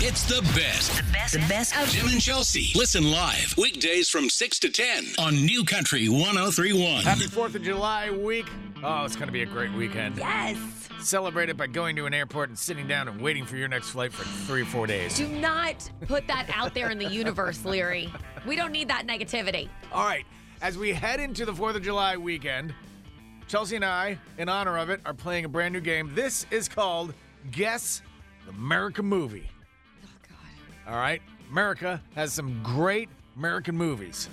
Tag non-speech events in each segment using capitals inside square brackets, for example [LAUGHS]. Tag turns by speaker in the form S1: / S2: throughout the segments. S1: It's the best.
S2: The best, the best of
S1: Jim and Chelsea. Listen live weekdays from 6 to 10 on New Country 1031.
S3: Happy 4th of July week. Oh, it's going to be a great weekend.
S2: Yes.
S3: Celebrate it by going to an airport and sitting down and waiting for your next flight for three or four days.
S2: Do not put that out there in the universe, Leary. We don't need that negativity.
S3: All right, as we head into the 4th of July weekend, Chelsea and I, in honor of it, are playing a brand new game. This is called Guess the American Movie.
S2: Oh God.
S3: All right, America has some great American movies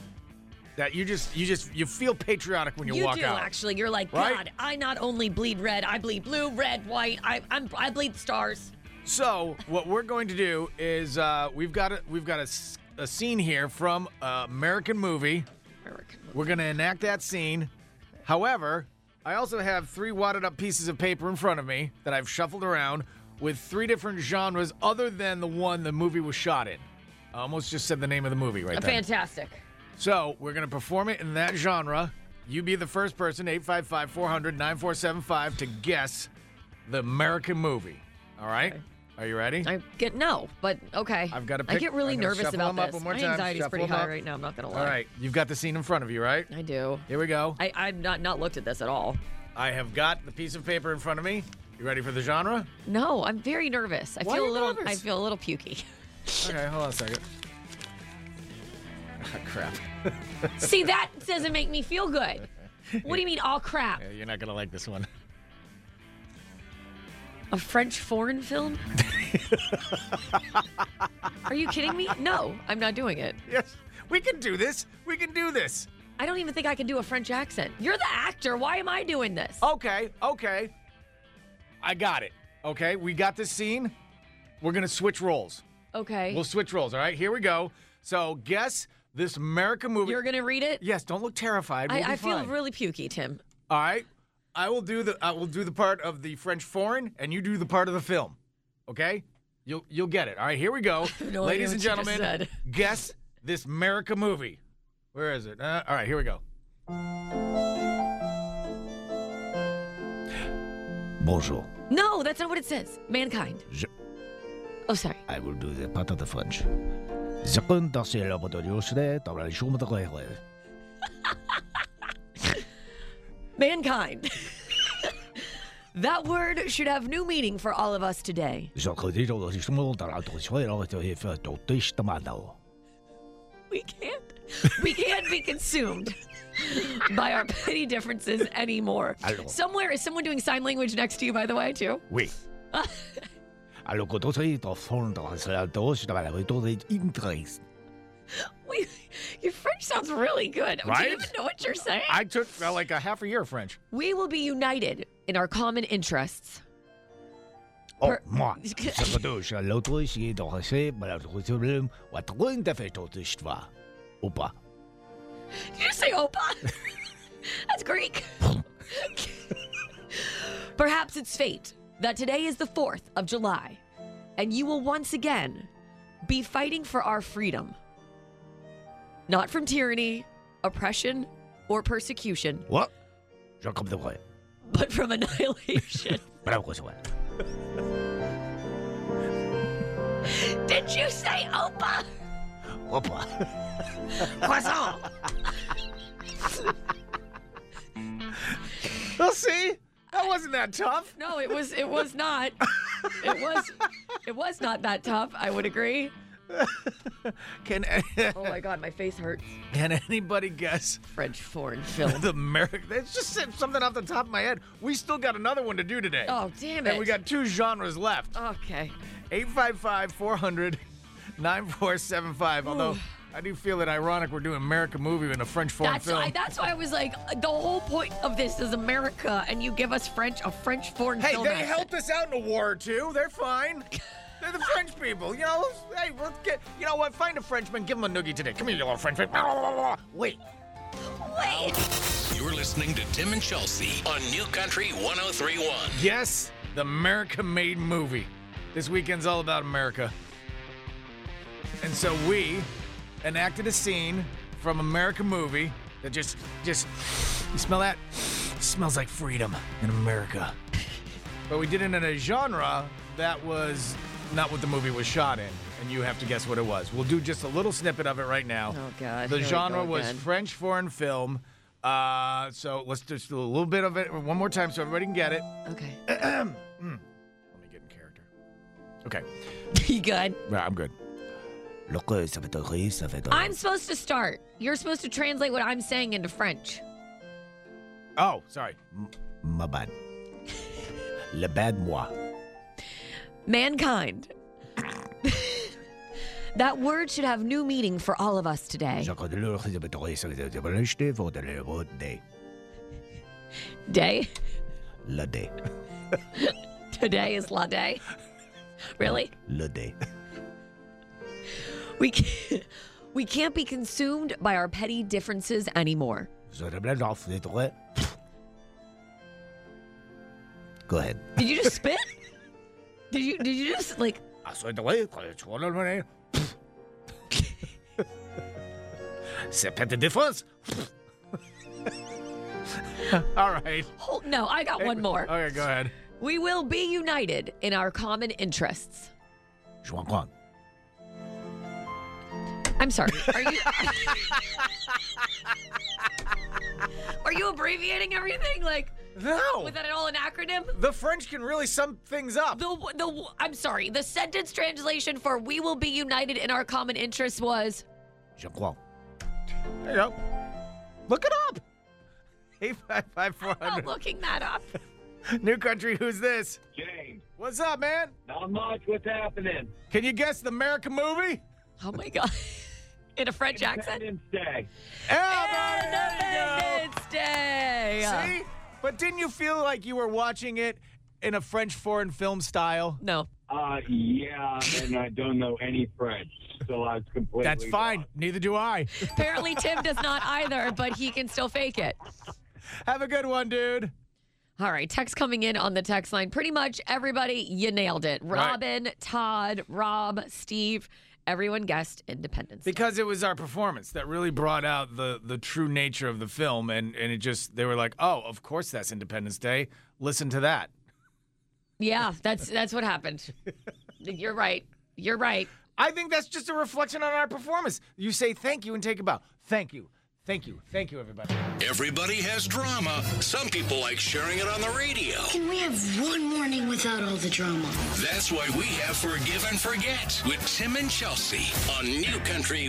S3: that you just you just you feel patriotic when you,
S2: You
S3: walk
S2: do
S3: out.
S2: actually. You're like,
S3: Right?
S2: God, I not only bleed red, I bleed blue, red, white. I I'm, I bleed stars.
S3: So what we're going to do is uh, we've got a, we've got a, s- a scene here from uh, American movie.
S2: American movie.
S3: We're going to enact that scene. However, I also have three wadded up pieces of paper in front of me that I've shuffled around with three different genres other than the one the movie was shot in. I almost just said the name of the movie right there.
S2: Fantastic.
S3: So we're going to perform it in that genre. You be the first person, 855 400 9475, to guess the American movie. All right? Are you ready?
S2: I get no, but okay.
S3: I've gotta
S2: I
S3: pick-
S2: get really
S3: I'm gonna
S2: nervous
S3: shuffle
S2: about
S3: them up
S2: this.
S3: one more
S2: My
S3: time,
S2: anxiety's
S3: shuffle
S2: pretty
S3: them
S2: high
S3: up.
S2: right now. I'm not gonna lie.
S3: All right. You've got the scene in front of you, right?
S2: I do.
S3: Here we go.
S2: I, I've not not looked at this at all.
S3: I have got the piece of paper in front of me. You ready for the genre?
S2: No, I'm very nervous. I
S3: Why
S2: feel
S3: are
S2: a
S3: you
S2: little.
S3: nervous?
S2: I feel a little pukey. [LAUGHS]
S3: Okay, hold on a second. Ah, [LAUGHS] crap.
S2: See, that doesn't make me feel good. What do you mean, all crap?
S3: Yeah, You're not gonna like this one.
S2: A French foreign
S3: [LAUGHS]
S2: film? Are you kidding me? No, I'm not doing it.
S3: [LAUGHS] Yes, we can do this. We can do this.
S2: I don't even think I can do a French accent. You're the actor. Why am I doing this?
S3: Okay, okay. I got it. Okay, we got this scene. We're gonna switch roles.
S2: Okay.
S3: We'll switch roles. All right, here we go. So guess this American movie.
S2: You're going to read it?
S3: yes, don't look terrified. We'll be
S2: I, I feel
S3: fine.
S2: really pukey, Tim.
S3: All right, I will do the I will do the part of the French foreign, and you do the part of the film. Okay, you'll you'll get it. All right, here we
S2: [LAUGHS]
S3: go,
S2: no idea
S3: ladies and
S2: what you just
S3: gentlemen.
S2: said.
S3: Guess this America movie. Where is it? Uh, all right, here we go.
S4: Bonjour.
S2: No, that's not what it says. Mankind.
S4: Je-
S2: Oh, sorry.
S4: I will do the part of the French. Second, dans le robot de l'Occident, dans la chambre de rêve.
S2: Mankind. [LAUGHS] that word should have new meaning for all of us today.
S4: Jeudi, dans la chambre de la tradition, et dans le fait d'Autriche de Manau.
S2: We can't. We can't be consumed
S3: [LAUGHS]
S2: by our petty differences anymore.
S4: Hello.
S2: Somewhere is someone doing sign language next to you, by the way, too.
S4: Oui. Alors que d'autres, dans le fond, dans la douche, dans la retour est intéressant.
S2: We, your French sounds really good. Do
S3: Right?
S2: you even know what you're saying?
S3: I took uh, like a half a year of French.
S2: we will be united in our common interests.
S4: Oh,
S2: Per-
S4: moi, second douche, l'Autriche est dans le fait, dans la tradition, ou à trois, de fait d'Autriche, tu vois. Ou pas.
S2: Did you just say [LAUGHS] opa? That's Greek. [LAUGHS] Perhaps it's fate that today is the 4th of July, and you will once again be fighting for our freedom. Not from tyranny, oppression, or persecution,
S4: What? Je comprends.
S2: but from [LAUGHS] annihilation.
S4: Bravo, Joël.
S2: Did you say opa?
S4: Ou pas.
S2: Croissant.
S3: Well, see, that wasn't that tough.
S2: No, it was it was not. It was it was not that tough, I would agree.
S3: Can [LAUGHS]
S2: Oh my god, my face hurts.
S3: can anybody guess
S2: French foreign film.
S3: the America? That's just said something off the top of my head. We still got another one to do today.
S2: [LAUGHS] Oh, damn it.
S3: And we got two genres left.
S2: Okay.
S3: 855 400
S2: [SIGHS]
S3: 9475. Although I do feel it ironic we're doing American movie in a French foreign
S2: That's
S3: film.
S2: why, that's why I was like, the whole point of this is America, and you give us French, a French foreign
S3: hey,
S2: film.
S3: they
S2: accent.
S3: helped us out in a war or two. They're fine. They're the French people. You know, hey, let's get, you know what? Find a Frenchman, give him a noogie today. Come here, you little
S2: [LAUGHS]
S3: Frenchman. Wait.
S2: Wait.
S1: You're listening to Tim and Chelsea on New Country 1031.
S3: Yes, the America made movie. This weekend's all about America. And so we enacted a scene from America movie that just just you smell that? smells like freedom in America. But we did it in a genre that was not what the movie was shot in, and you have to guess what it was. We'll do just a little snippet of it right now.
S2: Oh, God.
S3: The
S2: Here we
S3: genre
S2: go
S3: was
S2: again.
S3: French foreign film. Uh, so let's just do a little bit of it one more time so everybody can get it.
S2: [LAUGHS] Okay.
S3: Let me get in character. Okay.
S2: you good?
S3: Yeah, I'm good.
S4: Look, ça va être horrible, ça va être
S2: I'm supposed to start. You're supposed to translate what I'm saying into French.
S3: Oh, sorry. [LAUGHS]
S4: Ma bad. Le bad moi.
S2: Mankind. [LAUGHS] that word should have new meaning for all of us today.
S4: Jacques Delors, ça va être horrible, ça va être horrible, j'étais pour de le bon day.
S2: Day. [LAUGHS]
S4: Le day.
S2: Today is La Day. Really?
S4: Le day.
S2: We can't, [LAUGHS] we can't be consumed by our petty differences anymore.
S4: Ça va être off, c'est vrai. Go ahead.
S2: Did you just [LAUGHS] spit? Did you did you just like
S4: Ah, ça va être horrible, quand tu vois le [LAUGHS] monnaie.
S3: C'est pas de défense. All right.
S2: hold no, I got one more.
S3: [LAUGHS] Okay, go
S2: [LAUGHS]
S3: ahead.
S2: We will be united in our common interests.
S4: Je m'en prends.
S2: I'm sorry. Are you [LAUGHS] Are you abbreviating everything? Like
S3: No.
S2: was that at all an acronym?
S3: The French can really sum things up.
S2: The the I'm sorry. The sentence translation for "We will be united in our common interests" was
S4: Je crois.
S3: There you go. Look it up. 855
S2: oh,
S3: 400.
S2: looking that up.
S3: [LAUGHS] New country, who's this?
S5: James,
S3: What's up, man?
S5: not much. What's happening?
S3: Can you guess the American movie?
S2: Oh my god, [LAUGHS] in a French accent.
S5: Independence Day.
S3: Yeah, buddy, there you
S2: Independence Day.
S3: go. Um, See? But didn't you feel like you were watching it in a French foreign film style?
S2: No,
S5: Uh, yeah, and I don't know any French, so I was completely.
S3: That's fine.
S5: lost.
S3: Neither do I. [LAUGHS]
S2: apparently Tim does not either, but he can still fake it.
S3: Have a good one, dude.
S2: All right, text coming in on the text line. Pretty much everybody, you nailed it.
S3: Right.
S2: Robin, Todd, Rob, Steve, everyone guessed Independence. Day.
S3: Because it was our performance that really brought out the the true nature of the film, and and it just they were like, oh, of course that's Independence Day. Listen to that.
S2: yeah, that's that's what happened. You're right. You're right.
S3: I think that's just a reflection on our performance. You say thank you and take a bow. Thank you. Thank you. Thank you, everybody.
S1: Everybody has drama. Some people like sharing it on the radio.
S6: Can we have one morning without all the drama?
S1: That's why we have Forgive and Forget with Tim and Chelsea on New Country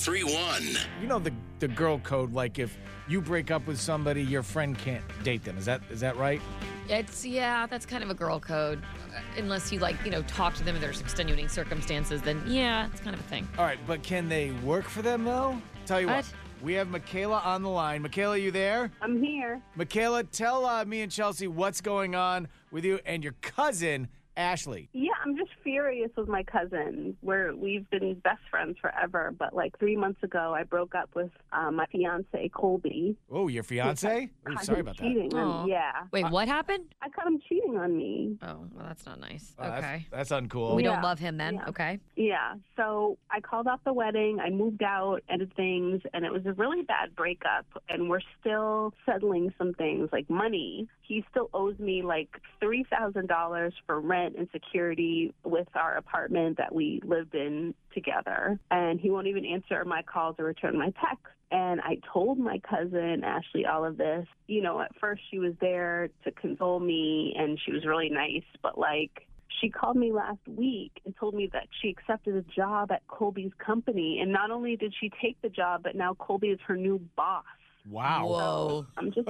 S1: 1031.
S3: You know the the girl code, like if you break up with somebody, your friend can't date them. Is that is that right?
S2: It's yeah, that's kind of a girl code. Uh, Unless you like, you know, talk to them and there's extenuating circumstances, then yeah, it's kind of a thing.
S3: All right, but can they work for them though? Tell you what,
S2: What?
S3: we have Michaela on the line. Michaela, you there?
S7: I'm here.
S3: Michaela, tell uh, me and Chelsea what's going on with you and your cousin Ashley.
S7: Yeah, I'm just furious with my cousin. We're we've been best friends forever, but like three months ago, I broke up with uh, my fiance Colby.
S3: Oh, your fiance? Ooh,
S7: Caught
S3: sorry
S7: him
S3: about that.
S7: cheating on-
S2: Aw.
S7: Um, yeah,
S2: Wait, what happened?
S7: I caught him cheating on me.
S2: Oh, well, that's not nice.
S3: Oh, that's-
S2: okay.
S3: That's, uncool.
S2: We don't
S7: Yeah,
S2: love him then.
S7: yeah.
S2: Okay.
S7: Yeah, so I called off the wedding. I moved out, ended things, and it was a really bad breakup. And we're still settling some things like money. He still owes me like three thousand dollars for rent and security with our apartment that we lived in together. And he won't even answer my calls or return my texts. And I told my cousin Ashley all of this. You know, at first she was there to console me, and she was really nice, but like she called me last week and told me that she accepted a job at Colby's company. And not only did she take the job, but now Colby is her new boss.
S3: Wow.
S2: Whoa.
S7: I'm just,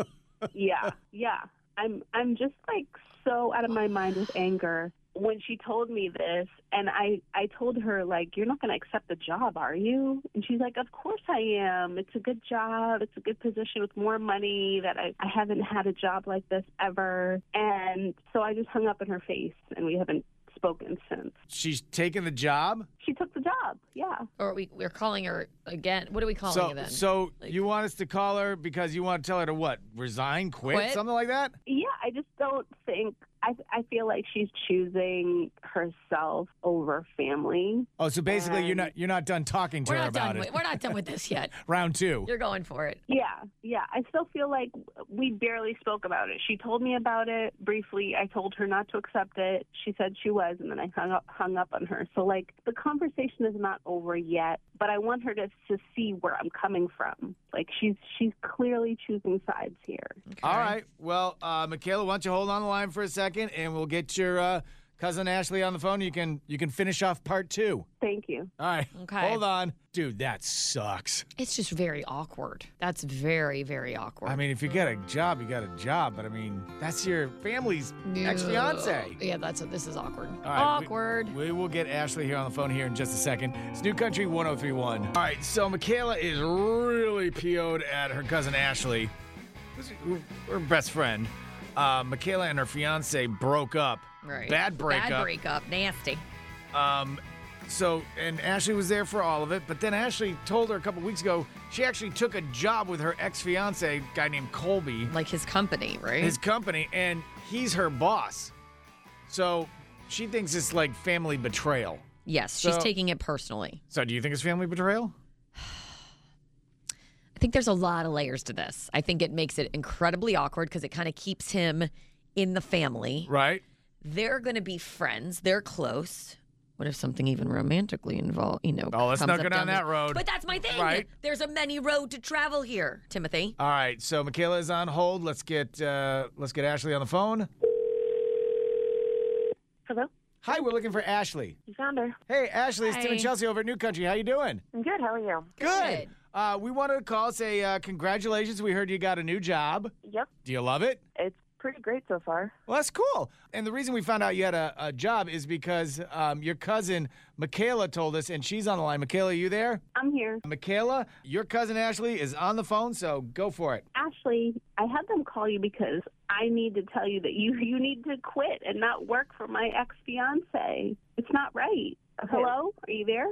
S7: yeah, yeah. I'm, I'm just like so out of my mind with anger when she told me this. And I, I told her like, you're not going to accept the job, are you? And she's like, of course I am. It's a good job. It's a good position with more money that I, I haven't had a job like this ever. And so I just hung up in her face and we haven't spoken since.
S3: She's taking the job.
S7: She took the job. Yeah.
S2: Or we we're calling her again. What are we calling
S3: so,
S2: her then?
S3: so
S2: Like-
S3: you want us to call her because you want to tell her to what? Resign, quit,
S2: Quit?
S3: something like that?
S7: Yeah, I just don't think I I feel like she's choosing herself over family.
S3: Oh, so basically you're
S7: Um,
S3: not you're not done talking to
S2: we're
S3: her
S2: not
S3: about
S2: done.
S3: it. [LAUGHS]
S2: With, we're not done with this yet.
S3: Round two.
S2: You're going for it.
S7: Yeah, yeah, I still feel like we barely spoke about it. She told me about it briefly. I told her not to accept it. She said she was, and then I hung up, hung up on her. So, like, the conversation is not over yet, but I want her to, to see where I'm coming from. Like, she's she's clearly choosing sides here.
S3: All right. Well, uh, Michaela, why don't you hold on the line for a second, and we'll get your uh, cousin Ashley on the phone. You can you can finish off part two.
S7: Thank you.
S3: All right.
S2: Okay.
S3: Hold on, dude. That sucks.
S2: It's just very awkward. That's very, very awkward.
S3: I mean, if you got a job, you got a job. But I mean, that's your family's ex fiance.
S2: Yeah, that's what this is awkward.
S3: All right, we-
S2: awkward.
S3: We, will get Ashley here on the phone here in just a second. It's New Country 1031. All right, so Michaela is really PO'd at her cousin Ashley, who's her- her best friend. Uh, Michaela and her fiance broke up.
S2: right.
S3: Bad breakup.
S2: Bad breakup. Nasty.
S3: Um, so, and Ashley was there for all of it. But then Ashley told her a couple weeks ago she actually took a job with her ex fiance, guy named Colby
S2: Like his company, right?
S3: his company, and he's her boss. So she thinks it's like family betrayal.
S2: yes, she's
S3: So-
S2: taking it personally.
S3: So do you think it's family betrayal?
S2: I think there's a lot of layers to this. I think it makes it incredibly awkward because it kind of keeps him in the family.
S3: Right.
S2: They're going to be friends. They're close. What if something even romantically involved? You know.
S3: Oh, let's
S2: comes
S3: not
S2: up
S3: go down
S2: the-
S3: that road.
S2: But that's my thing.
S3: Right.
S2: There's a many road to travel here, Timothy.
S3: All right. So Michaela is on hold. Let's get uh, let's get Ashley on the phone.
S7: Hello?
S3: Hi, we're looking for Ashley.
S7: You found her.
S3: Hey, Ashley, it's Tim and
S2: Hi.
S3: Chelsea over at New Country. How you doing?
S7: I'm good. How are you?
S2: Good.
S3: Uh, we wanted to call say uh, congratulations. We heard you got a new job.
S7: Yep.
S3: Do you love it?
S7: It's pretty great so far.
S3: Well, that's cool. And the reason we found out you had a, a job is because um, your cousin Michaela told us, and she's on the line. Michaela, you there?
S7: I'm here.
S3: Michaela, your cousin Ashley is on the phone, so go for it.
S7: Ashley, I had them call you because I need to tell you that you [LAUGHS] you need to quit and not work for my ex fiance. It's not right. Hello, are you there?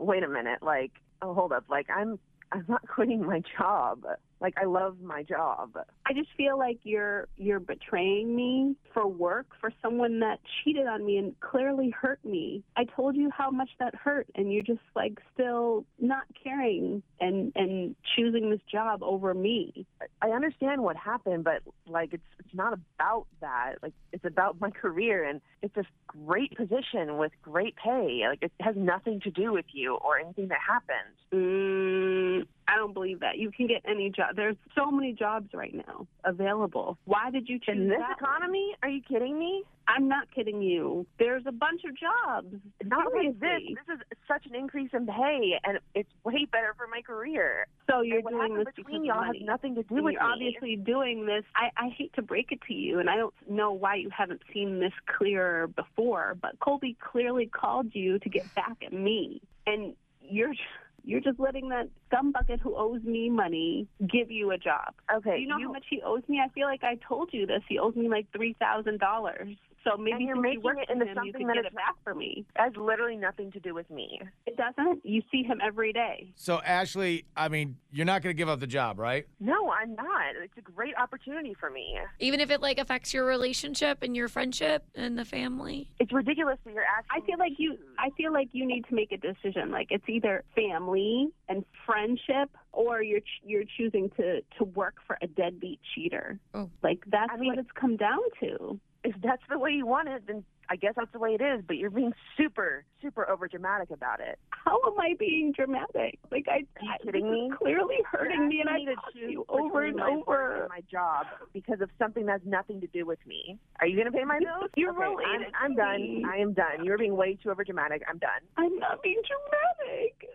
S8: wait a minute, like, oh, hold up, like, I'm, I'm not [LAUGHS] quitting my job. Like, I love my job.
S7: I just feel like you're you're betraying me for work for someone that cheated on me and clearly hurt me. I told you how much that hurt, and you're just like still not caring and and choosing this job over me.
S8: I understand what happened, but like, it's, it's not about that. Like, it's about my career, and it's a great position with great pay. Like, it has nothing to do with you or anything that happened.
S7: Mm, I don't believe that. You can get any job. There's so many jobs right now available. Why did you choose
S8: In this
S7: that?
S8: economy, are you kidding me?
S7: I'm not kidding you. There's a bunch of jobs.
S8: Not only is this,
S7: Seriously.
S8: this is such an increase in pay, and it's way better for my career.
S7: So you're
S8: and what
S7: doing
S8: happened
S7: this
S8: between
S7: because
S8: y'all
S7: of
S8: has
S7: money.
S8: nothing to do
S7: And
S8: with
S7: you're
S8: me.
S7: obviously doing this. I, I hate to break it to you, and I don't know why you haven't seen this clearer before. But Colby clearly called you to get back at me, and you're you're just letting that scumbucket who owes me money give you a job.
S8: Okay,
S7: Do you know how much he owes me? I feel like I told you this. He owes me like three thousand dollars. So maybe
S8: And you're
S7: since you
S8: making
S7: worked
S8: it
S7: for
S8: into
S7: him, you
S8: something
S7: could
S8: that
S7: get
S8: it's-
S7: it back for me.
S8: has literally nothing to do with me.
S7: It doesn't. You see him every day.
S3: So, Ashley, I mean, you're not going to give up the job, right?
S8: No, I'm not. It's a great opportunity for me.
S9: even if it like affects your relationship and your friendship and the family.
S8: It's ridiculous that you're
S7: I
S8: asking.
S7: feel like you. I feel like you need to make a decision. Like it's either family and friendship, or you're ch- you're choosing to to work for a deadbeat cheater.
S9: Oh.
S7: Like that's
S8: I mean-
S7: what it's come down to.
S8: If that's the way you want it, then I guess that's the way it is. But you're being super, super over dramatic about it.
S7: How am I being dramatic? Like I,
S8: Are you
S7: I-
S8: kidding
S7: this
S8: me?
S7: is clearly
S8: You're
S7: hurting me, and I
S8: asking to
S7: talked to
S8: choose
S7: you over
S8: between
S7: and
S8: my work
S7: over.
S8: and my job because of something that has nothing to do with me. Are you going to pay my bills?
S7: You're
S8: okay,
S7: related
S8: I'm, I'm
S7: to me.
S8: done. I am done. You're being way too over dramatic. I'm done.
S7: I'm not being dramatic.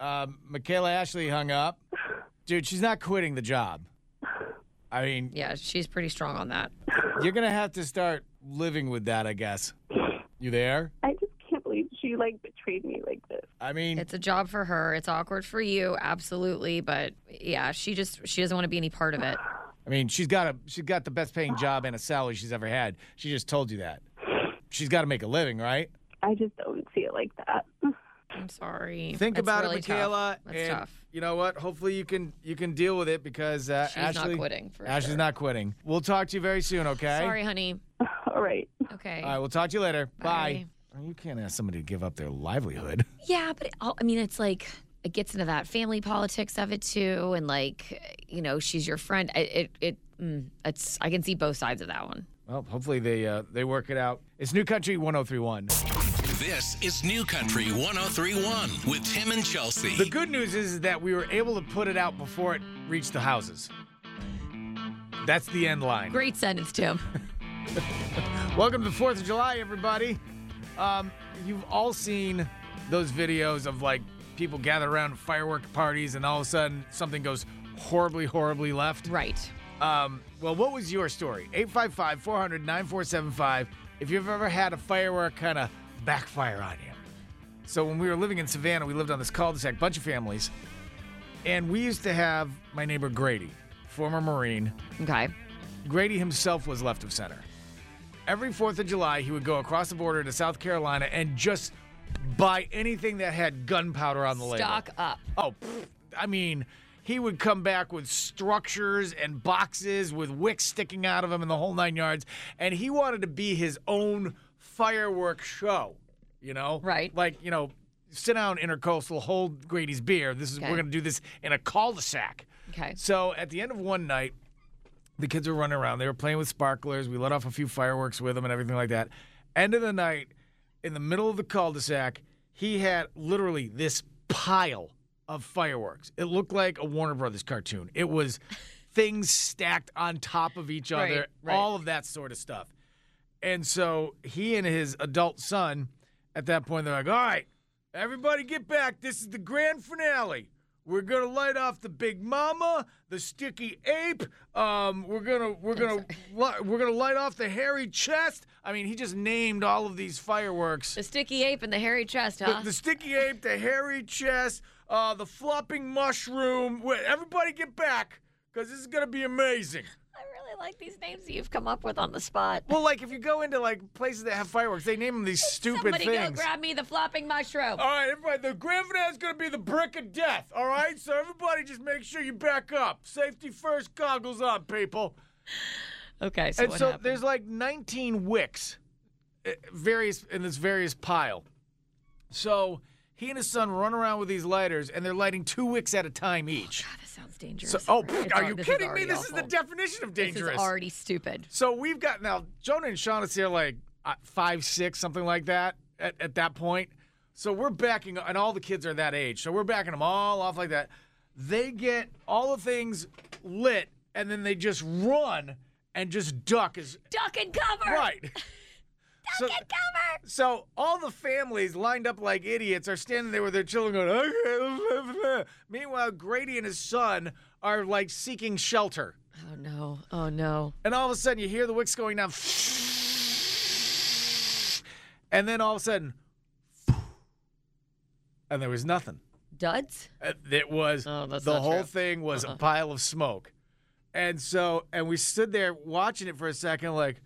S3: Um, Michaela Ashley hung up. Dude, she's not quitting the job. I mean,
S9: Yeah, she's pretty strong on that.
S3: you're going to have to start living with that, I guess. You there?
S7: I just can't believe she like betrayed me like this.
S3: I mean,
S9: It's a job for her. It's awkward for you, absolutely, but yeah, she just she doesn't want to be any part of it.
S3: I mean, she's got a she's got the best paying job and a salary she's ever had. She just told you that. She's got to make a living, right?
S7: I just don't see it like that. [LAUGHS]
S9: I'm sorry.
S3: Think
S9: That's
S3: about
S9: really
S3: it, Michaela.
S9: Tough. That's
S3: and
S9: tough.
S3: You know what? Hopefully, you can you can deal with it because uh,
S9: She's
S3: Ashley
S9: not quitting. For
S3: Ashley's
S9: sure.
S3: not quitting. We'll talk to you very soon. Okay.
S9: Sorry, honey.
S7: All right.
S9: Okay.
S3: All right. We'll talk to you later. Bye.
S9: Bye.
S3: You can't ask somebody to give up their livelihood.
S9: Yeah, but it, all- I mean, it's like it gets into that family politics of it too, and like you know, she's your friend. I- It it, mm, it's I can see both sides of that one.
S3: Well, hopefully they uh, they work it out. It's New Country 1031.
S1: This is New Country 1031 with Tim and Chelsea.
S3: The good news is that we were able to put it out before it reached the houses. That's the end line.
S9: Great sentence, Tim.
S3: Welcome to the 4th of July, everybody. Um, you've all seen those videos of like people gather around firework parties and all of a sudden something goes horribly, horribly
S9: [LAUGHS]
S3: left.
S9: Right.
S3: Um, well, what was your story? 855 400 9475. If you've ever had a firework kind of backfire on you. So, when we were living in Savannah, we lived on this cul de sac, bunch of families. And we used to have my neighbor Grady, former Marine.
S9: Okay.
S3: Grady himself was left of center. Every 4th of July, he would go across the border to South Carolina and just buy anything that had gunpowder on the label.
S2: Stock up.
S3: Oh, pfft, I mean, he would come back with structures and boxes with wicks sticking out of him and the whole nine yards. And he wanted to be his own fireworks show, you know?
S2: Right.
S3: Like, you know, sit down, intercoastal, hold Grady's beer. This is,
S9: Okay.
S3: we're going to do this in a cul de sac.
S9: Okay.
S3: So at the end of one night, the kids were running around. They were playing with sparklers. We let off a few fireworks with them and everything like that. End of the night, in the middle of the cul-de-sac, he had literally this pile of fireworks. It looked like a Warner Brothers cartoon. It
S9: [LAUGHS]
S3: was things stacked on top of each
S9: Right,
S3: other,
S9: right.
S3: all of that sort of stuff. And so he and his adult son, at that point, they're like, all right, everybody get back. This is the grand finale. We're gonna light off the Big Mama, the Sticky Ape. Um, we're gonna we're gonna [LAUGHS] li- we're gonna light off the hairy chest. I mean, he just named all of these fireworks:
S9: The sticky ape and the hairy chest,
S3: the,
S9: huh?
S3: the Sticky Ape, the hairy chest, uh, the flopping mushroom. Wait, everybody get back, cause this is gonna be amazing.
S9: I really like these names that you've come up with on the spot.
S3: Well, like if you go into like places that have fireworks, they name them these stupid
S9: Somebody
S3: things.
S9: go grab me the flopping mushroom.
S3: All right, everybody. The grand finale is going to be the brick of death. All right, so everybody, just make sure you back up. Safety first. Goggles on, people.
S9: Okay, so
S3: and
S9: what
S3: so
S9: happened?
S3: there's like 19 wicks, uh, various in this various pile. So he and his son run around with these lighters, and they're lighting two wicks at a time each.
S9: God, this Ah, sounds dangerous.
S3: So, oh,
S9: It's
S3: are
S9: al-
S3: you
S9: this
S3: kidding
S9: already
S3: me? This is the
S9: awful.
S3: definition of dangerous.
S9: This is already stupid.
S3: So we've got now Jonah and Shaughnessy are like uh, five, six, something like that at, at that point. So we're backing, and all the kids are that age. So we're backing them all off like that. They get all the things lit, and then they just run and just duck as
S9: Duck and cover.
S3: right. so,
S9: Cover.
S3: so all the families lined up like idiots are standing there with their children [LAUGHS] going. "Okay." Meanwhile, Grady and his son are like seeking shelter.
S9: Oh no. Oh no.
S3: And all of a sudden, you hear the wicks going down. And then all of a sudden, and there was nothing.
S9: Duds?
S3: Uh, It was
S9: Oh, that's
S3: the
S9: not
S3: whole
S9: true. Uh-uh.
S3: thing was a pile of smoke. And so, and we stood there watching it for a second, like,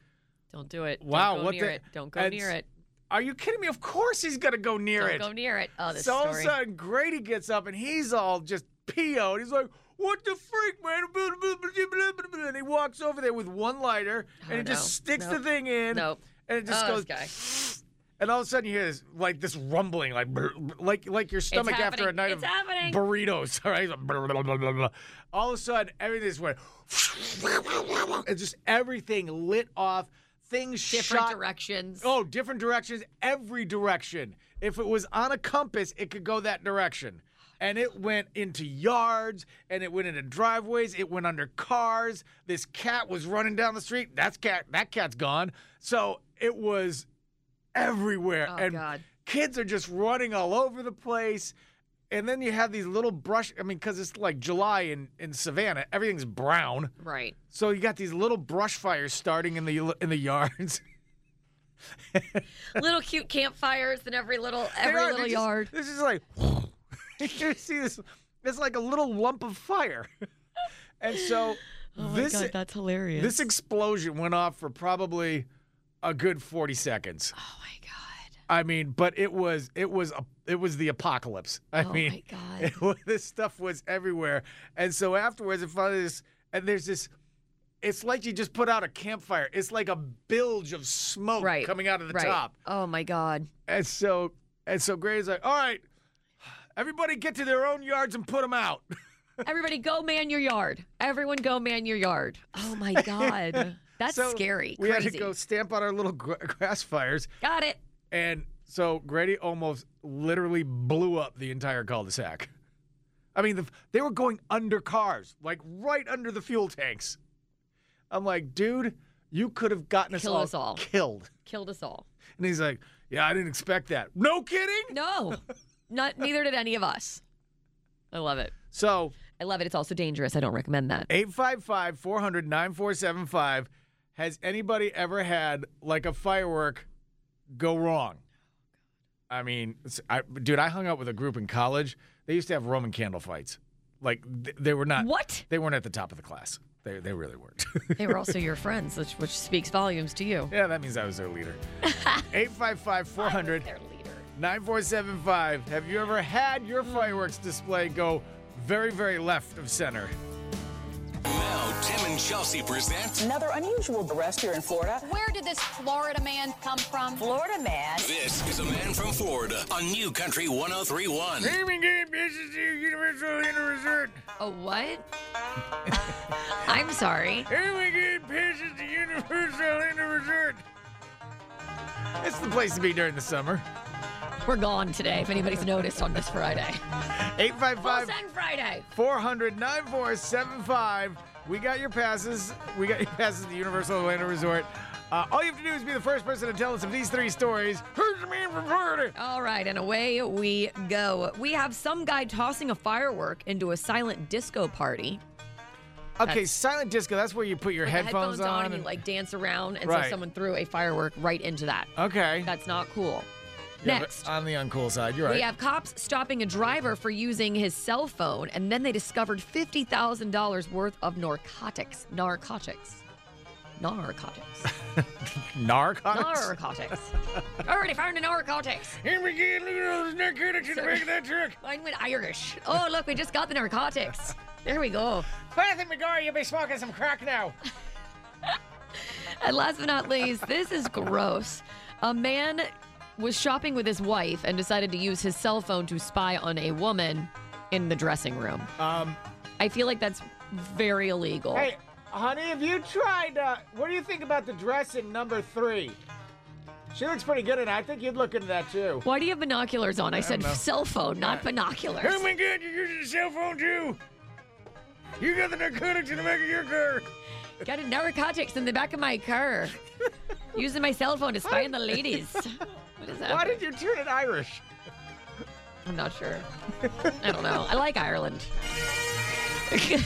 S9: Don't do it.
S3: Wow,
S9: Don't go
S3: what
S9: near
S3: the-
S9: it. Don't go
S3: and
S9: near it.
S3: are you kidding me? Of course he's going to go near
S9: Don't
S3: it.
S9: go near it. Oh, this
S3: so all of a
S9: story.
S3: sudden, Grady gets up and he's all just PO'd. He's like, what the freak, man? And he walks over there with one lighter and
S9: Oh,
S3: he just
S9: no.
S3: sticks the
S9: Nope.
S3: thing in.
S9: Nope.
S3: And it just
S9: Oh,
S3: goes.
S9: this guy.
S3: And all of a sudden, you hear this like this rumbling, like brr, brr, like like your stomach after a
S9: happening.
S3: night
S9: It's
S3: of
S9: happening.
S3: burritos. [LAUGHS] All right, Like, brr, blah, blah, blah, blah. all of a sudden, everything just went. [LAUGHS] and just everything lit off. Things
S9: Different
S3: shot.
S9: directions.
S3: Oh, different directions, every direction. If it was on a compass, it could go that direction. And it went into yards, and it went into driveways, it went under cars. This cat was running down the street. That's cat that cat's gone. So it was everywhere.
S9: Oh,
S3: and
S9: God.
S3: kids are just running all over the place. And then you have these little brush I mean, because it's like July in, in Savannah, everything's brown. [LAUGHS]
S9: Right.
S3: So you got these little brush fires starting in the in the [LAUGHS] yards.
S9: little cute campfires in every little
S3: They
S9: every
S3: are, they
S9: little
S3: just-
S9: yard.
S3: This is like [LAUGHS] you see this. It's like a little lump of fire, [LAUGHS] and so this
S9: Oh,
S3: e-,
S9: that's hilarious.
S3: this explosion went off for probably a good forty seconds.
S9: oh my god.
S3: I mean, but it was it was a, it was the apocalypse. I
S9: Oh
S3: [LAUGHS] mean,
S9: my God.
S3: it was- this stuff was everywhere, and so afterwards, it finally this and there's this. It's like you just put out a campfire. It's like a bilge of smoke
S9: Right.
S3: coming out of the
S9: right.
S3: [LAUGHS] top.
S9: Oh my god.
S3: And so and so Grady's like, all right, Everybody get to their own yards and put them out. [LAUGHS]
S2: Everybody go man your yard. Everyone go man your yard. Oh
S3: [LAUGHS]
S2: my God. That's
S3: So
S2: scary.
S3: We
S2: Crazy.
S3: had to go stamp out our little gra- grass fires.
S2: Got it.
S3: And so Grady almost literally blew up the entire cul-de-sac. I mean, the, they were going under cars, like right under the fuel tanks. I'm like, dude, you could have gotten us
S2: Kill
S3: all,
S2: us all.
S3: killed. [LAUGHS]
S2: Killed us all.
S3: And he's like, yeah, I didn't expect that. No kidding.
S2: No. Not neither did any of us. I love it.
S3: So
S2: I love it. It's also dangerous. I don't recommend that.
S3: 855 400 9475. Has anybody ever had like a firework go wrong? I mean, it's- I, dude, I hung out with a group in college. They used to have Roman candle fights. Like, th- they were not.
S2: What?
S3: They weren't at the top of the class. They, they really weren't. [LAUGHS]
S2: They were also your friends, which, which speaks volumes to you.
S3: yeah, that means I was their leader. 855 400 9475. Have you ever had your fireworks display go very, very left of center?
S1: Now, Tim and Chelsea present
S10: Another unusual arrest here in Florida.
S11: Where did this Florida man come from?
S10: Florida man.
S1: This is a Man from Florida on New Country 1031.
S3: Gaming game, this is the universal interest.
S2: Oh, what? [LAUGHS] I'm sorry.
S3: Every game passes the universal in the resort. It's the place to be during the summer.
S2: We're gone today, if anybody's noticed on this Friday. Full
S3: 855
S2: Send Friday.
S3: 400 9475. We got your passes. We got your passes to the Universal Orlando Resort. Uh, all you have to do is be the first person to tell us of these three stories. Who's the man from Florida?
S2: All right, and away we go. We have some guy tossing a firework into a silent disco party.
S3: Okay, silent disco. That's where you put your
S2: Put the
S3: headphones, on.
S2: and you
S3: and-
S2: like dance around, and
S3: Right.
S2: so someone threw a firework right into that.
S3: okay.
S2: That's not cool.
S3: Yeah, but
S2: Next.
S3: on the uncool side, you're right.
S2: We have cops stopping a driver for using his cell phone, and then they discovered fifty thousand dollars worth of narcotics. Narcotics.
S3: [LAUGHS]
S2: Narcotics.
S3: Narcotics.
S2: Narcotics. Already found the narcotics.
S3: Here we go. Look at all those narcotics in the back of that truck.
S2: Mine went Irish. Oh, look, we just got the narcotics. There we go.
S3: [LAUGHS] Jonathan McGar, you'll be smoking some crack now.
S2: And last but not least, this is gross. A man was shopping with his wife and decided to use his cell phone to spy on a woman in the dressing room.
S3: Um,
S2: I feel like that's very illegal.
S3: hey, honey, have you tried? Uh, what do you think about the dress in number three? She looks pretty good, and I think you'd look into that too.
S2: Why do you have binoculars on? I, said
S3: know.
S2: cell phone, not binoculars.
S3: my God, you're using a cell phone too. You got the narcotics in the back of your car.
S2: Got a narcotics in the back of my car.
S3: [LAUGHS]
S2: Using my cell phone to spy on the ladies. What is that?
S3: Why did you turn it Irish?
S2: I'm not sure. I don't
S3: [LAUGHS]
S2: know. I like Ireland. [LAUGHS]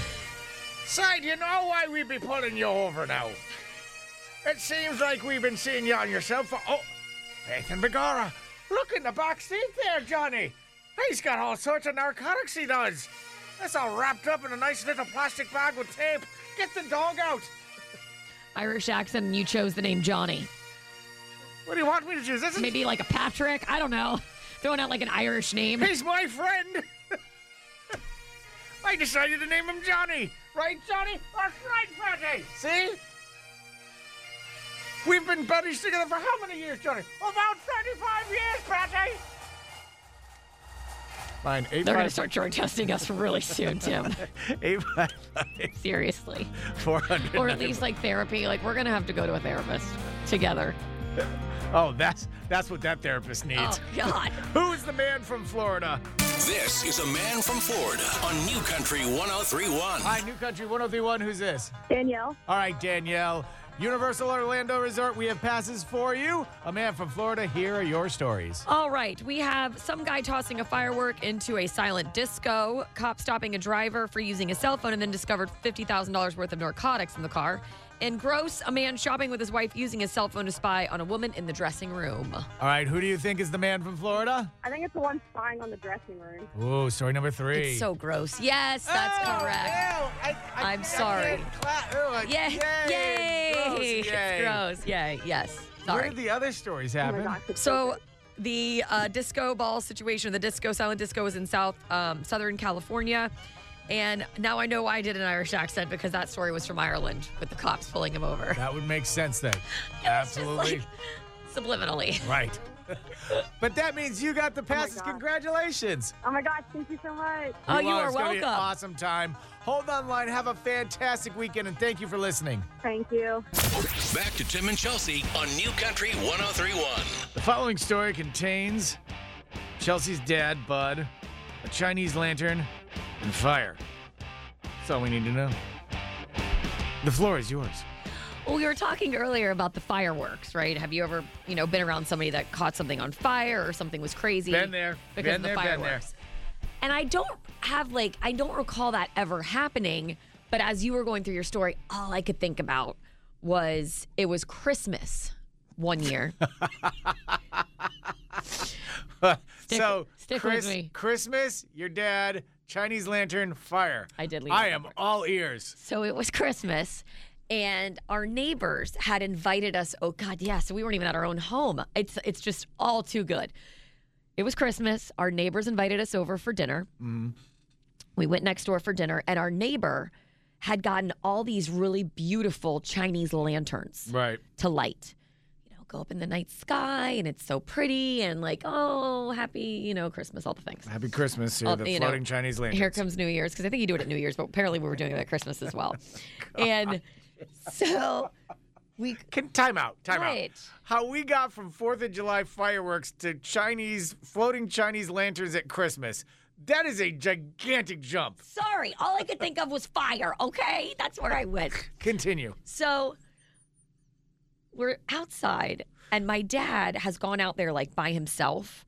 S3: Side, you know why we be pulling you over now? It seems like we've been seeing you on your cell phone. Oh, Nathan Begara, look in the back seat there, Johnny. He's got all sorts of narcotics he does. That's all wrapped up in a nice little plastic bag with tape. Get the dog out.
S2: Irish accent, and you chose the name Johnny.
S3: What do you want me to do? This is
S2: Maybe like a Patrick. I don't know. [LAUGHS] Throwing out like an Irish name.
S3: he's my friend. [LAUGHS] I decided to name him Johnny. Right, Johnny? That's right, Patty. See? We've been buddies together for how many years, Johnny? About 35 years, Patty. Fine, eight
S2: They're going to start drug testing us really soon, [LAUGHS] Tim.
S3: eight five
S2: Seriously.
S3: four hundred.
S2: Or at least like therapy. Like, we're going to have to go to a therapist together.
S3: Oh, that's that's what that therapist needs.
S2: [LAUGHS] Oh, God.
S3: Who is the man from Florida?
S1: This is a Man from Florida on New Country 1031.
S3: Hi, New Country 103.1. Who's this?
S7: Danielle,
S3: All right, Danielle. Universal Orlando Resort, we have passes for you. A man from Florida, here are your stories.
S2: All right, we have some guy tossing a firework into a silent disco, cop stopping a driver for using his cell phone and then discovered $50,000 worth of narcotics in the car. And gross, a man shopping with his wife using his cell phone to spy on a woman in the dressing room.
S3: All right, who do you think is the man from Florida?
S7: I think it's the one spying on the dressing room.
S3: Ooh, story number three.
S2: It's so gross. Yes, that's
S3: Oh,
S2: correct.
S3: ew, I,
S2: I'm sorry.
S3: can't clap. Ew, I-
S2: Yeah, yay!
S3: Gross, yay.
S2: It's gross. Yay, yes.
S3: Where
S2: Sorry.
S3: did the other stories
S7: Oh my
S3: happen?
S7: gosh, it's
S2: So
S7: good.
S2: the uh, disco ball situation, the disco silent disco, was in South um, Southern California, and now I know why I did an Irish accent because that story was from Ireland with the cops pulling him over [LAUGHS]
S3: that would make sense then.
S2: It's just
S3: Absolutely.
S2: like, subliminally.
S3: Right. [LAUGHS] But that means you got the passes. Congratulations.
S7: Oh my gosh, thank you so much.
S2: Oh,
S3: it's gonna be an awesome time. Hold on line. Have a fantastic weekend, and thank you for listening.
S7: Thank you.
S1: Back to Tim and Chelsea on New Country 1031.
S3: The following story contains Chelsea's dad, Bud, a Chinese lantern, and fire. That's all we need to know. The floor is yours. [LAUGHS]
S2: Well, we were talking earlier about the fireworks, right? Have you ever, you know, been around somebody that caught something on fire or something was crazy?
S3: Been there.
S2: Because
S3: Been
S2: of the
S3: there, been there.
S2: fireworks. And I don't have like I don't recall that ever happening, but as you were going through your story, all I could think about was it was Christmas one
S3: [LAUGHS]
S2: year.
S3: so,
S2: stick with
S3: Chris,
S2: me.
S3: Christmas, your dad, Chinese lantern, fire. I
S2: did leave
S3: I
S2: that
S3: am all ears.
S2: So it was [LAUGHS] Christmas, and our neighbors had invited us. Oh God, yeah. So we weren't even at our own home. It's it's just all too good. It was Christmas. Our neighbors invited us over for dinner. We went next door for dinner, and our neighbor had gotten all these really beautiful Chinese lanterns
S3: Right.
S2: to light. You know, go up in the night sky, and it's so pretty, and like, oh, happy, you know, Christmas, all the things.
S3: Happy Christmas, here,
S2: Oh,
S3: the
S2: you know,
S3: floating Chinese lantern.
S2: Here comes New Year's because I think you do it at New Year's, but apparently we were doing it at Christmas as
S3: [LAUGHS]
S2: well. and so we
S3: can time out. Time
S2: Right.
S3: out. How we got from Fourth of July fireworks to Chinese floating Chinese lanterns at Christmas. That is a gigantic jump.
S2: sorry, all I could think of was fire. Okay, that's where I went.
S3: Continue.
S2: So we're outside, and my dad has gone out there like by himself.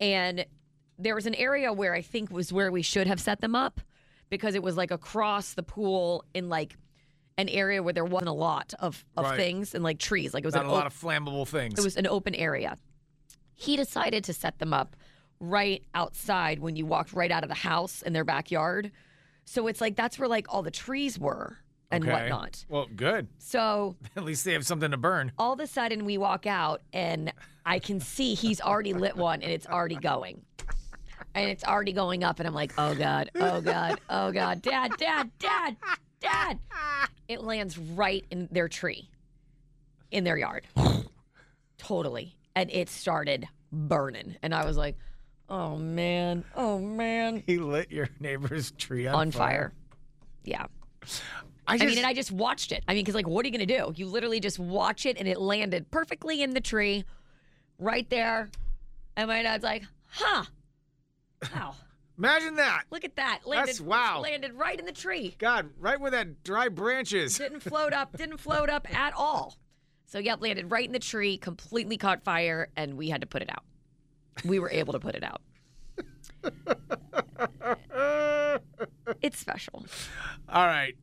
S2: And there was an area where I think was where we should have set them up because it was like across the pool in like an area where there wasn't a lot of, of
S3: Right.
S2: things and like trees. Like it was
S3: Not
S2: an
S3: a lot
S2: op-
S3: of flammable things.
S2: It was an open area. He decided to set them up right outside when you walked right out of the house in their backyard. So it's like that's where like all the trees were and
S3: Okay.
S2: whatnot.
S3: Well, good. [LAUGHS]
S2: So
S3: At least they have something to burn.
S2: all of a sudden we walk out and I can see he's already lit one and it's already going. And it's already going up and I'm like, "Oh god. Oh god. Oh god. Dad, dad, dad, dad." It lands right in their tree in their yard. totally. And it started burning and I was like, "Oh man. Oh man."
S3: [LAUGHS] He lit your neighbor's tree on,
S2: On fire. Yeah.
S3: I,
S2: I,
S3: just,
S2: mean, and I just watched it. I mean, because like, what are you gonna do? You literally just watch it, and it landed perfectly in the tree, right there. And my dad's like, "Huh? Wow!
S3: imagine that.
S2: Look at that! Landed,
S3: That's wow.
S2: Landed right in the tree.
S3: God, right where that dry branch is.
S2: Didn't float up. Didn't float up at all. So yep, landed right in the tree. Completely caught fire, and we had to put it out. We were able to put it out. it's special.
S3: All right.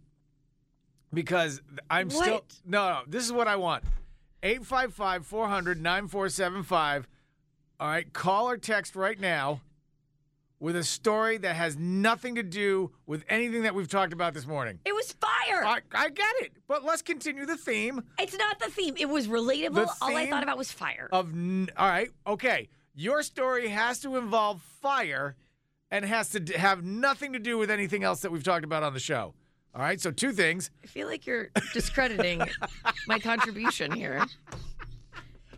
S3: Because I'm still
S2: What?
S3: no, no, this is what I want. 855-400-9475. All right, call or text right now with a story that has nothing to do with anything that we've talked about this morning.
S2: It was fire.
S3: I, I get it, but let's continue the theme
S2: it's not the theme. It was relatable.
S3: The
S2: all I
S3: theme
S2: thought about was fire.
S3: of n- All right, okay. Your story has to involve fire and has to d- have nothing to do with anything else that we've talked about on the show. All right, so two things.
S2: I feel like you're discrediting my contribution here.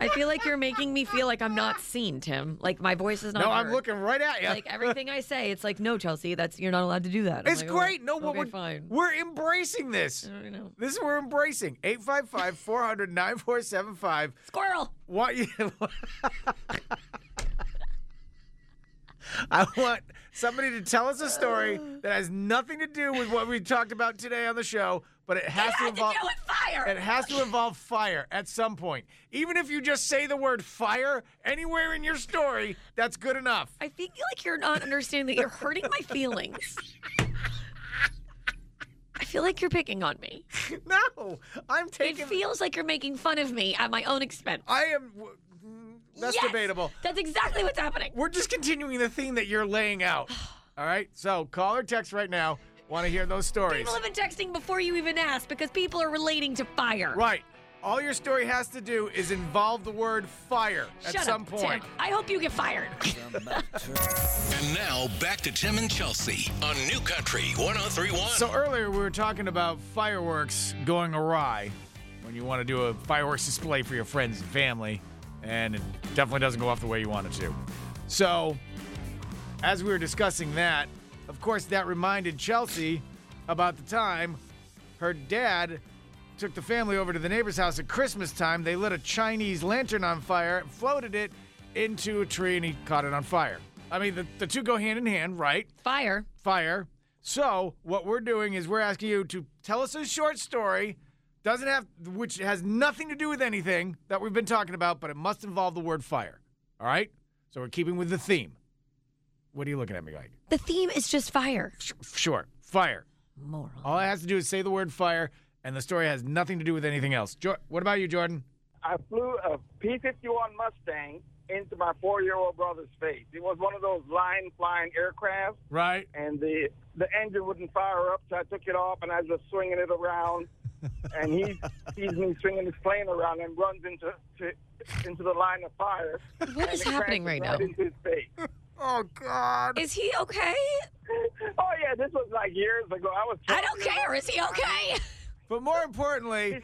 S2: I feel like you're making me feel like I'm not seen, Tim. Like my voice is not.
S3: No, I'm
S2: heard.
S3: looking right at you.
S2: Like everything I say, it's like, no, Chelsea, that's you're not allowed to do that. I'm
S3: It's
S2: like, oh,
S3: great. No,
S2: okay,
S3: we're,
S2: fine. Oh,
S3: we're embracing this.
S2: I don't know.
S3: This is we're embracing. 855 400 9475.
S2: Squirrel.
S3: Want you. [LAUGHS] I want somebody to tell us a story that has nothing to do with what we talked about today on the show, but it has to
S2: had to
S3: involve
S2: do with fire.
S3: It has to involve fire at some point. Even if you just say the word fire anywhere in your story, that's good enough.
S2: I feel like you're not understanding that you're hurting my feelings. I feel like you're picking on me.
S3: [LAUGHS] No, I'm
S2: It
S3: taking.
S2: feels like you're making fun of me at my own expense.
S3: I am. w- mm, That's
S2: Yes!
S3: debatable.
S2: That's exactly what's happening.
S3: We're just continuing the theme that you're
S2: [SIGHS]
S3: laying out. All right. So call or text right now. Want to hear those stories?
S2: People have been texting before you even asked because people are relating to fire.
S3: Right. All your story has to do is involve the word fire
S2: Shut
S3: at
S2: up,
S3: some point.
S2: Tim. I hope you get
S3: [LAUGHS]
S2: fired.
S1: And now back to Tim and Chelsea on New Country 1031.
S3: So earlier we were talking about fireworks going awry when you want to do a fireworks display for your friends and family. and it definitely doesn't go off the way you want it to. So, as we were discussing that, of course, that reminded Chelsea about the time her dad took the family over to the neighbor's house at Christmas time. They lit a Chinese lantern on fire, floated it into a tree, and he caught it on fire. I mean, the, the two go hand in hand, right?
S2: Fire.
S3: Fire. So, what we're doing is we're asking you to tell us a short story, doesn't have, which has nothing to do with anything that we've been talking about, but it must involve the word fire. All right? So, we're keeping with the theme. What are you looking at me like?
S2: The theme is just fire.
S3: Sure, fire.
S2: Moron.
S3: All it has to do is say the word fire, and the story has nothing to do with anything else. Jo- what about you, Jordan?
S8: I flew a P 51 Mustang into my four year old brother's face. It was one of those line flying aircraft,
S3: Right.
S8: and the, the engine wouldn't fire up, so I took it off and I was just swinging it around. and he sees me swinging his plane around and runs into to, into the line of fire.
S2: [LAUGHS] What is happening right now?
S8: Into his face.
S3: Oh God.
S2: Is he okay?
S8: Oh yeah, this was like years ago. I was.
S2: I don't care. Is he okay?
S3: But more importantly,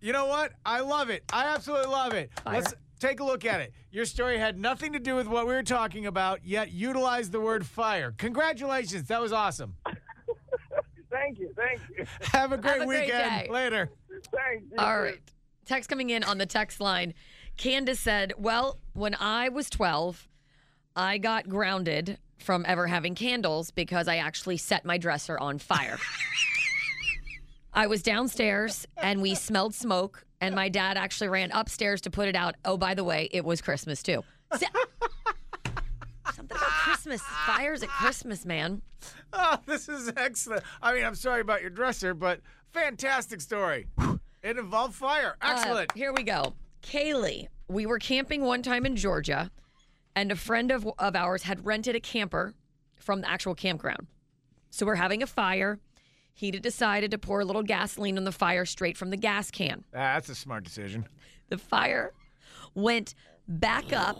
S3: you know what? I love it. I absolutely love it. Let's take a look at it. Your story had nothing to do with what we were talking about, yet utilized the word fire. Congratulations. That was awesome. [LAUGHS]
S8: Thank you. Thank you. [LAUGHS]
S3: Have a great
S2: a great
S3: weekend.
S2: day.
S3: Later.
S8: Thanks.
S2: All right. Text coming in on the text line. Candace said, Well, when I was 12, I got grounded from ever having candles because I actually set my dresser on [LAUGHS] fire. I was downstairs and we smelled smoke, and my dad actually ran upstairs to put it out. Oh, by the way, it was Christmas [LAUGHS] too. Se- Something about Christmas. Fires at Christmas, man.
S3: Oh, this is excellent. I mean, I'm sorry about your dresser, but fantastic story. It involved fire.
S2: Uh,
S3: Excellent.
S2: here we go. Kaylee, we were camping one time in Georgia, and a friend of, of ours had rented a camper from the actual campground. So we're having a fire. He decided to pour a little gasoline on the fire straight from the gas can.
S3: Ah, that's a smart decision.
S2: The fire went back up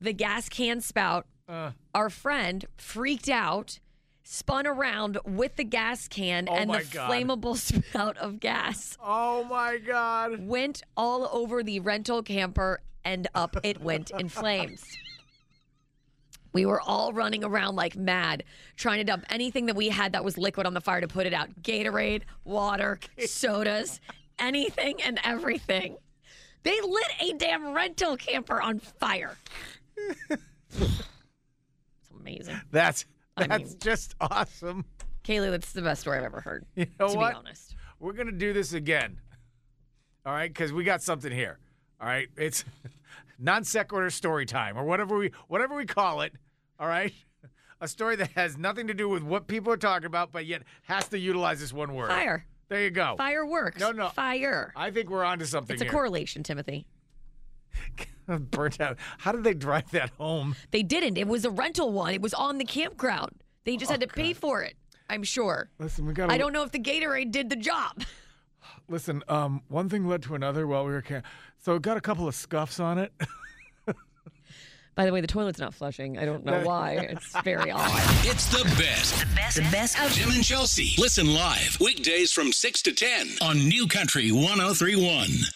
S2: the gas can spout.
S3: Uh.
S2: Our friend freaked out, spun around with the gas can
S3: Oh
S2: and
S3: my
S2: the
S3: God.
S2: flammable [LAUGHS] spout of gas.
S3: Oh my God.
S2: Went all over the rental camper and up it went in flames. We were all running around like mad, trying to dump anything that we had that was liquid on the fire to put it out Gatorade, water, sodas, anything and everything. They lit a damn rental camper on fire. it's amazing.
S3: That's
S2: I
S3: that's
S2: mean-
S3: just awesome.
S2: Kaylee, that's the best story I've ever heard.
S3: You know
S2: to
S3: what?
S2: be honest.
S3: We're gonna do this again. All right, because we got something here. All right, it's [LAUGHS] non sequitur story time or whatever we whatever we call it. All right, [LAUGHS] a story that has nothing to do with what people are talking about, but yet has to utilize this one word.
S2: Fire.
S3: There you go.
S2: Fireworks.
S3: No, no.
S2: Fire.
S3: I think we're onto something.
S2: It's a
S3: here.
S2: correlation, Timothy.
S3: [LAUGHS] Burnt out. How did they drive that home?
S2: They didn't. It was a rental one. It was on the campground. They just had to pay for it. I'm sure.
S3: Listen, we got.
S2: I don't know if the Gatorade did the job.
S3: Listen, um, one thing led to another while we were can- so it got a couple of scuffs on it. [LAUGHS]
S2: By the way, the toilet's not flushing. I don't know why. It's very odd.
S1: It's the best. The best. The best of Jim and oh Chelsea. Listen live weekdays from 6 to 10 on New Country 1031.